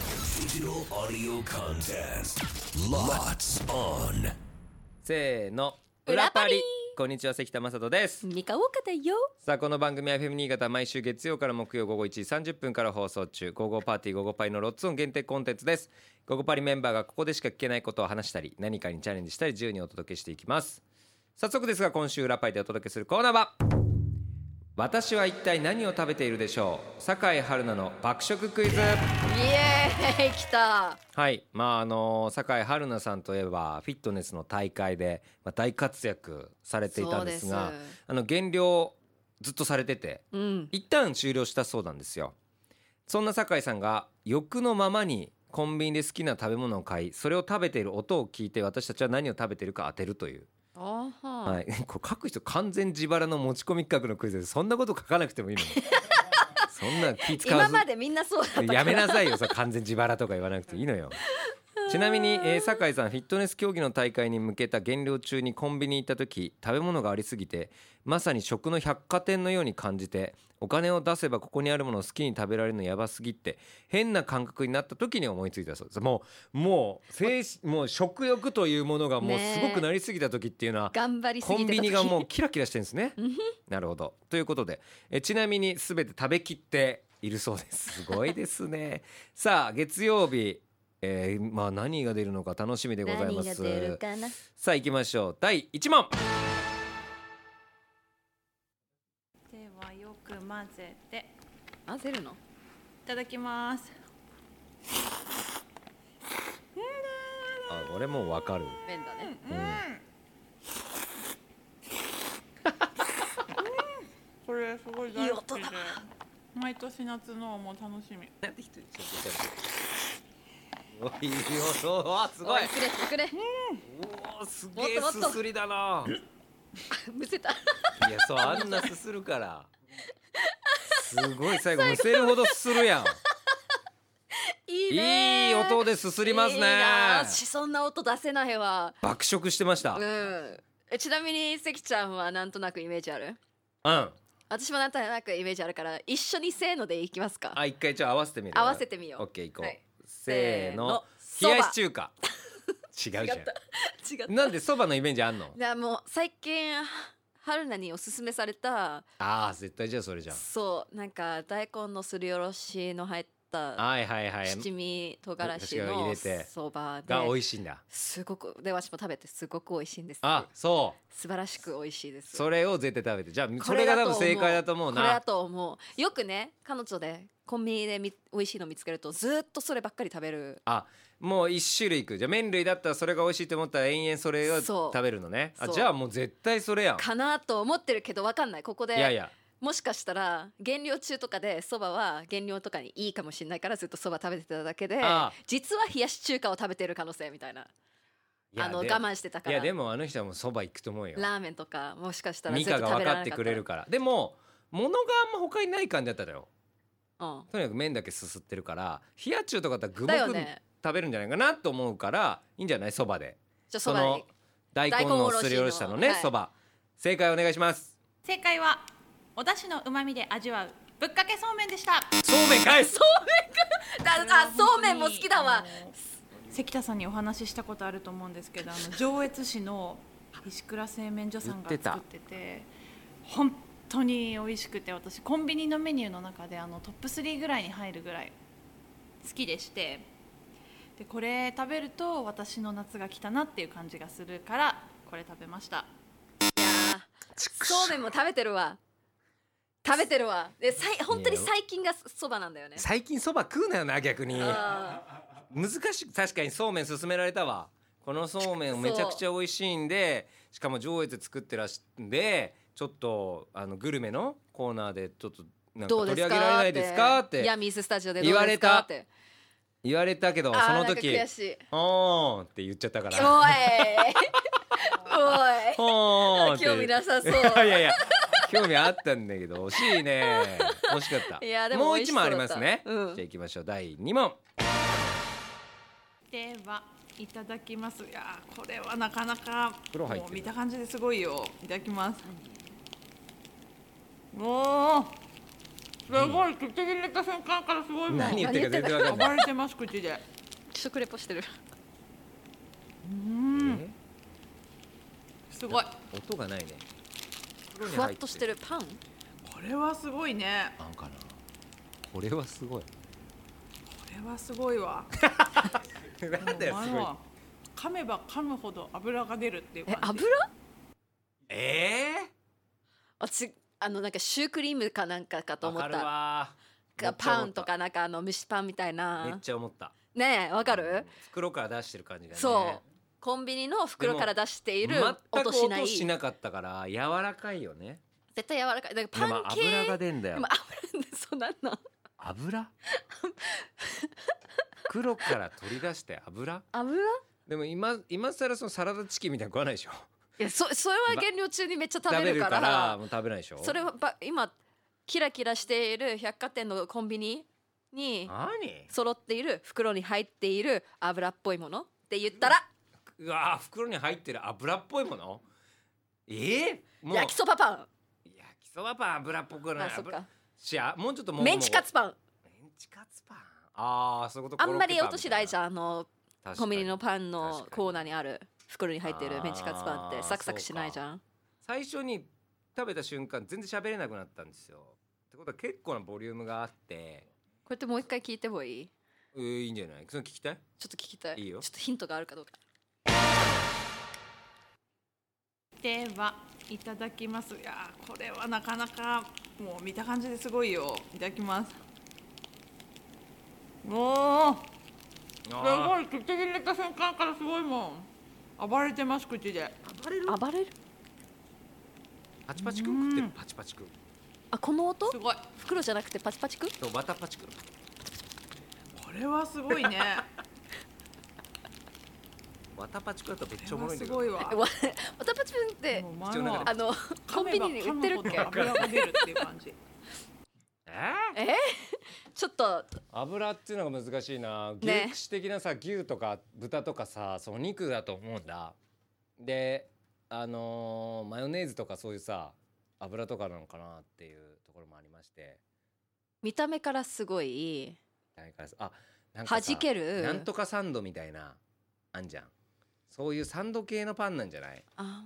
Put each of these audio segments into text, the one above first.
Digital audio contest. Lots on. せーの裏パリこんにちは関田正人ですニカオカだよさあこの番組は FM 新潟毎週月曜から木曜午後1時30分から放送中「午後パーティー午後パリ」のロッツオン限定コンテンツです午後パリメンバーがここでしか聞けないことを話したり何かにチャレンジしたり自由にお届けしていきます早速ですが今週裏パリでお届けするコーナーは私は一体何を食べているでしょう酒井春菜の爆食クイズイエーイ来たはい、まああの酒井春菜さんといえばフィットネスの大会で、まあ、大活躍されていたんですがそうですあの減量ずっとされててうん一旦終了したそうなんですよそんな酒井さんが欲のままにコンビニで好きな食べ物を買いそれを食べている音を聞いて私たちは何を食べているか当てるという、あはん、はい、 これ書く人完全自腹の持ち込み企画のクイズですそんなこと書かなくてもいいのにそんな気使わ今ずまでみんなそうだったから やめなさいよそれ完全自腹とか言わなくていいのよちなみに、えー酒井さんフィットネス競技の大会に向けた減量中にコンビニに行った時食べ物がありすぎてまさに食の百貨店のように感じてお金を出せばここにあるものを好きに食べられるのやばすぎって変な感覚になった時に思いついたそうですもうもう精神もう食欲というものがもうねすえごくなりすぎた時っていうのは頑張りすぎコてンた時ビニが もうキラキラしてるんですね。なるほどということでえちなみに全て食べきっているそうです。すごいです ね。さあ月曜日、えーまあ何が出るのか楽しみでございま何がす。出るかなさあ行きましょう第1問ではよく混ぜてい混ぜるのただきますあこれもうわかる。麺だね これすごい大好きで毎年夏のも楽しみおいい音わすごいお。くれくれおーすげえすすりだな。 むせたいやそうあんなすするから。すごい最後むせるほどすするやん。 いいねいい音ですすりますいいね。な私そんな音出せないわ爆食してました。うんえちなみに関ちゃんはなんとなくイメージあるうん。私もなんとなくイメージあるから一緒にせーのでいきますか あ、一回じゃあ合わせてみる。合わせてみようオッケー行こう。はいせーの。せー冷のやし中華。違うじ違ったゃ違ったん。なんでそばのイメージあんの。いやもう最近春菜におすすめされたああ、絶対じゃあそれじゃん。そうなんか大根のすりおろしの入ったはいはいはい。七味唐辛子確かに入のれてそばでが美味しいんだ。すごくでわしも食べてすごく美味しいんですあ、そう。素晴らしく美味しいですそれを絶対食べて。じゃあ、そこれがだ多と分思正解だと思うこれだな。と思うよくね彼女でコンビニでみ美味しいの見つけるとずーっとそればっかり食べるあ、もう一種類いく。じゃあ麺類だったらそれが美味しいと思ったら延々それをそう食べるのね。あ、そうじゃあもう絶対それやん。かなと思ってるけどわかんないここでいやいや。もしかしたら減量中とかでそばは減量とかにいいかもしれないからずっとそば食べてただけでああ実は冷やし中華を食べてる可能性みたいないやあので我慢してたかいらやでもあの人はもうそば行くと思うよ。ラーメンとかもしかしたらずミっとカ食が分べられなかかっってたくれるからでも物があんま他にない感じだったのようんとにかく麺だけすすってるから冷や中とかだっただらよ具もね食べるんじゃないかなと思うからいいんじゃないそばでじゃあそそばのに大根のすりおろしたのね大根おろしのそば、正解お願いします正解はお出汁の旨味で味わうぶっかけそうめんでしたそうめん返すああそうめんも好きだわあの関田さんにお話ししたことあると思うんですけどあの上越市の石倉製麺所さんが言作っってたてて本当に美味しくて私コンビニのメニューの中であのトップ3ぐらいに入るぐらい好きでしてでこれ食べると私の夏が来たなっていう感じがするからこれ食べましたいやーそうめんも食べてるわ食べてるわでさい本当に最近がそばなんだよね最近そば食うなよな逆にあ難しい確かにそうめん勧められたわこのそうめんめちゃくちゃ美味しいんでしかも上越作ってらしいんでちょっとあのグルメのコーナーでちょっとなんかーどう取でりす上げかられないですかっいやてミススタジオでど言わうでれすかたって言われたけどあーそのなんか時悔しい「おーん」って言っちゃったか おいら「おおーん」っいて興味なさそ ういやいや興味あったんだけど惜しいね惜しかったいやでももう美味一しそう問だあったりますね、うんじゃあいきましょう第2問ではいただきますいやーこれはなかなか袋入ってるもう見た感じですごいよいただきます、おーすごい、口に入れた瞬間からすごいもん何言暴ってるか全然わかんないれてます口でショクレポしてるうんえすごい音がないね袋にふわ入っとしてるパンこれはすごいねパンかなこれはすごいこれはすごいわなんだよすお前ごいは噛めば噛むほど油が出るっていうえ感じ油え私あのなんかシュークリームかなんかかー、とわ思かっるたわーかパンめとっかなんかあの蒸しパンみたいちゃ思っためっなちゃ思ったねえわかる袋から出してる感じがねそうコンビニの袋から出している全く音しない音しなかったから柔らかいよね絶対柔らかいだからでパもン系油が出んだでよも油そうなんの 油袋から取り出して油油いでも今今更そのサラダチキンみたいなの食わないでしょやそそれは減量中にめっちゃ食べるからもう食べないでしょそれはば今キラキラしている百貨店のコンビニに何揃っている袋に入っている油っぽいものって言ったらうわー袋に入ってる油っぽいものええもう焼きそばパン焼きそばパン油っぽくないあそっ油かしあもうちょっともぐもぐメンチカツパンメンチカツパンああそういうことあんまり落としないじゃゃんあのんコンビニのパンの確かにコーナーにある袋に入っているメンチカツパンっあてーサクサクしないじゃん最初に食べた瞬間全然喋れなくなったんですよってことは結構なボリュームがあってこれってもう一回聞いてもいいえー、いいんじゃないそれ聞きたいちょっと聞きたいいいよちょっとヒントがあるかどうかではいただきますいやーこれはなかなかもう見た感じですごいよいただきますおおすあごい口に入れた瞬間からすごいもん暴れてます口で暴れるーパチパチくん食ってるパチパチくんあこの音すごい袋じゃなくてパチパチくんとバタパチくんこれはすごいねバタパチくんだったらめっ ちゃおこもろんだれはいすけどごいわえわわたパチくんってもう口前のは中あのコンビニに売ってるっけ噛めば噛むほど油が出るっていう感じえーちょっと油っていうのが難しいなね牛串的なさ牛とか豚とかさその肉だと思うんだであのーマヨネーズとかそういうさ油とかなのかなっていうところもありまして見た目からすごい何からさあなんかさ弾けるなんとかサンドみたいなあんじゃんそういうサンド系のパンなんじゃないあ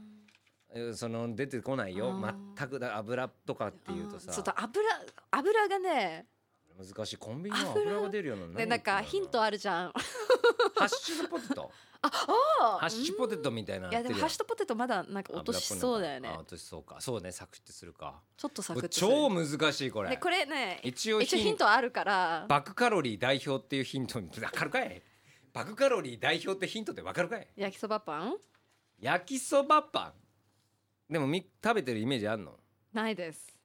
えその出てこないよあー全くだ油とかってーいうとさあーちょっと油油がね難しいコンビニの油が出るようなので何なんか言ってヒんンだろトあるじゃんうなハッシュドポテ トハハッシュポテトみたいなのいやでやってるもハやッんシュドポテトまだなんか落としそうだよねあ落としそうかそうねサクってするかちょっとサクッとする超難しいこれでこれね一応一応ヒントあるからバクカロリー代表っていうヒントに分かるかいバクカロリー代表ってヒントって分かるかい焼きそばパン焼きそばパンでもみ食べてるイメージあんのないです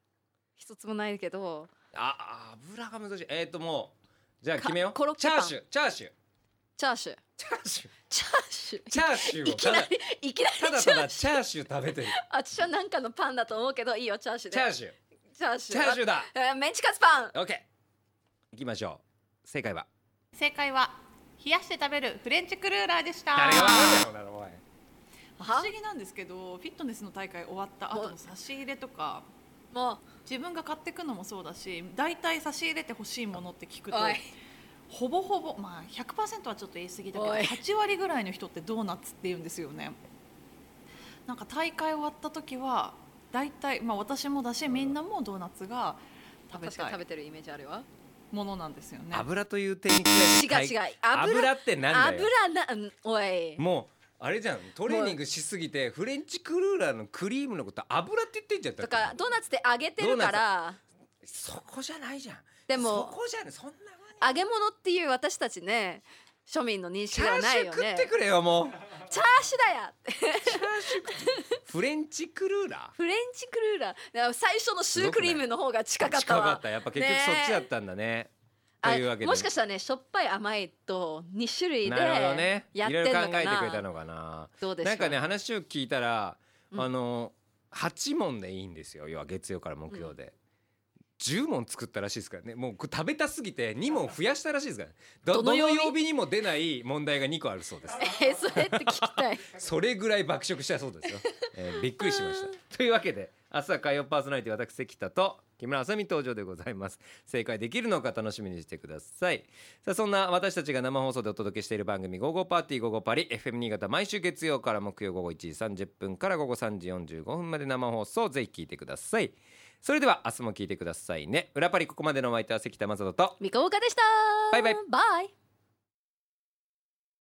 一つもないけどあ油が難しいえっ、ー、ともうじゃあか決めようコロッケチパャンーシューチャーシューチャーシューチャーシューチャーシューチャーシューいをきたなだりいきなたりだチたャーだチャーシュー食べてる私はなんかのパンだと思うけどいいよチャーシューでチャーシューチャーシュチャーシューだえーメンチカツパンオッケーいきましょう正解は正解は冷やして食べるフレンチクルーラーでした誰が分かるだろうおい不は思議なんですけどフィットネスの大会終わった後の差し入れとかも自分が買っていくのもそうだし大体差し入れて欲しいものって聞くうとおいほぼほぼ、まあ、100%はちょっと言い過ぎだけどおい8割ぐらいの人ってドーナツって言うんですよねなんか大会終わった時は大体、まあ、私もだしみんなもドーナツが食べ確かたに食べいてるイメージあるわものなんですよね油という点に加えて違う違う油油ってなんだよ油なうんおいもうあれじゃんトレーニングしすぎてフレンチクルーラーのクリームのこと油って言ってんじゃんだとってかドーナツって揚げてるからそこじゃないじゃんでもそこじゃないそんな揚げ物っていう私たちね庶民の認チ識ャではーなシいューよ食っねてくれよもうチャーシューだよってフレンチクルーラーフレンチクルーラーだから最初のシュークリームの方が近かった近わかったやっぱ結局そっちだったんだねというわけであもしかしたらねしょっぱい甘いと2種類でなるほどねいやってんろのいろか考なえてくれたのかなどうですかなんかね話を聞いたら、うんあの8問でいいんですよ要は月曜から木曜で、10問作ったらしいですからねもうこれ食べたすぎて2問増やしたらしいですからねどどどのの曜日曜日にも出ない問題が2個あるそうです えそれって聞きたいそれぐらい爆食したそうですよ、えーびっくりしましたというわけで朝火曜パーソナリティ私関田と木村あさみ登場でございます正解できるのか楽しみにしてくださいさあそんな私たちが生放送でお届けしている番組「午後パーティー午後パリ」FM 新潟毎週月曜から木曜午後1時30分から午後3時45分まで生放送ぜひ聞いてくださいそれでは明日も聞いてくださいね裏パリここまでのお相手は関田正人とみこおかでしたバイバイバイ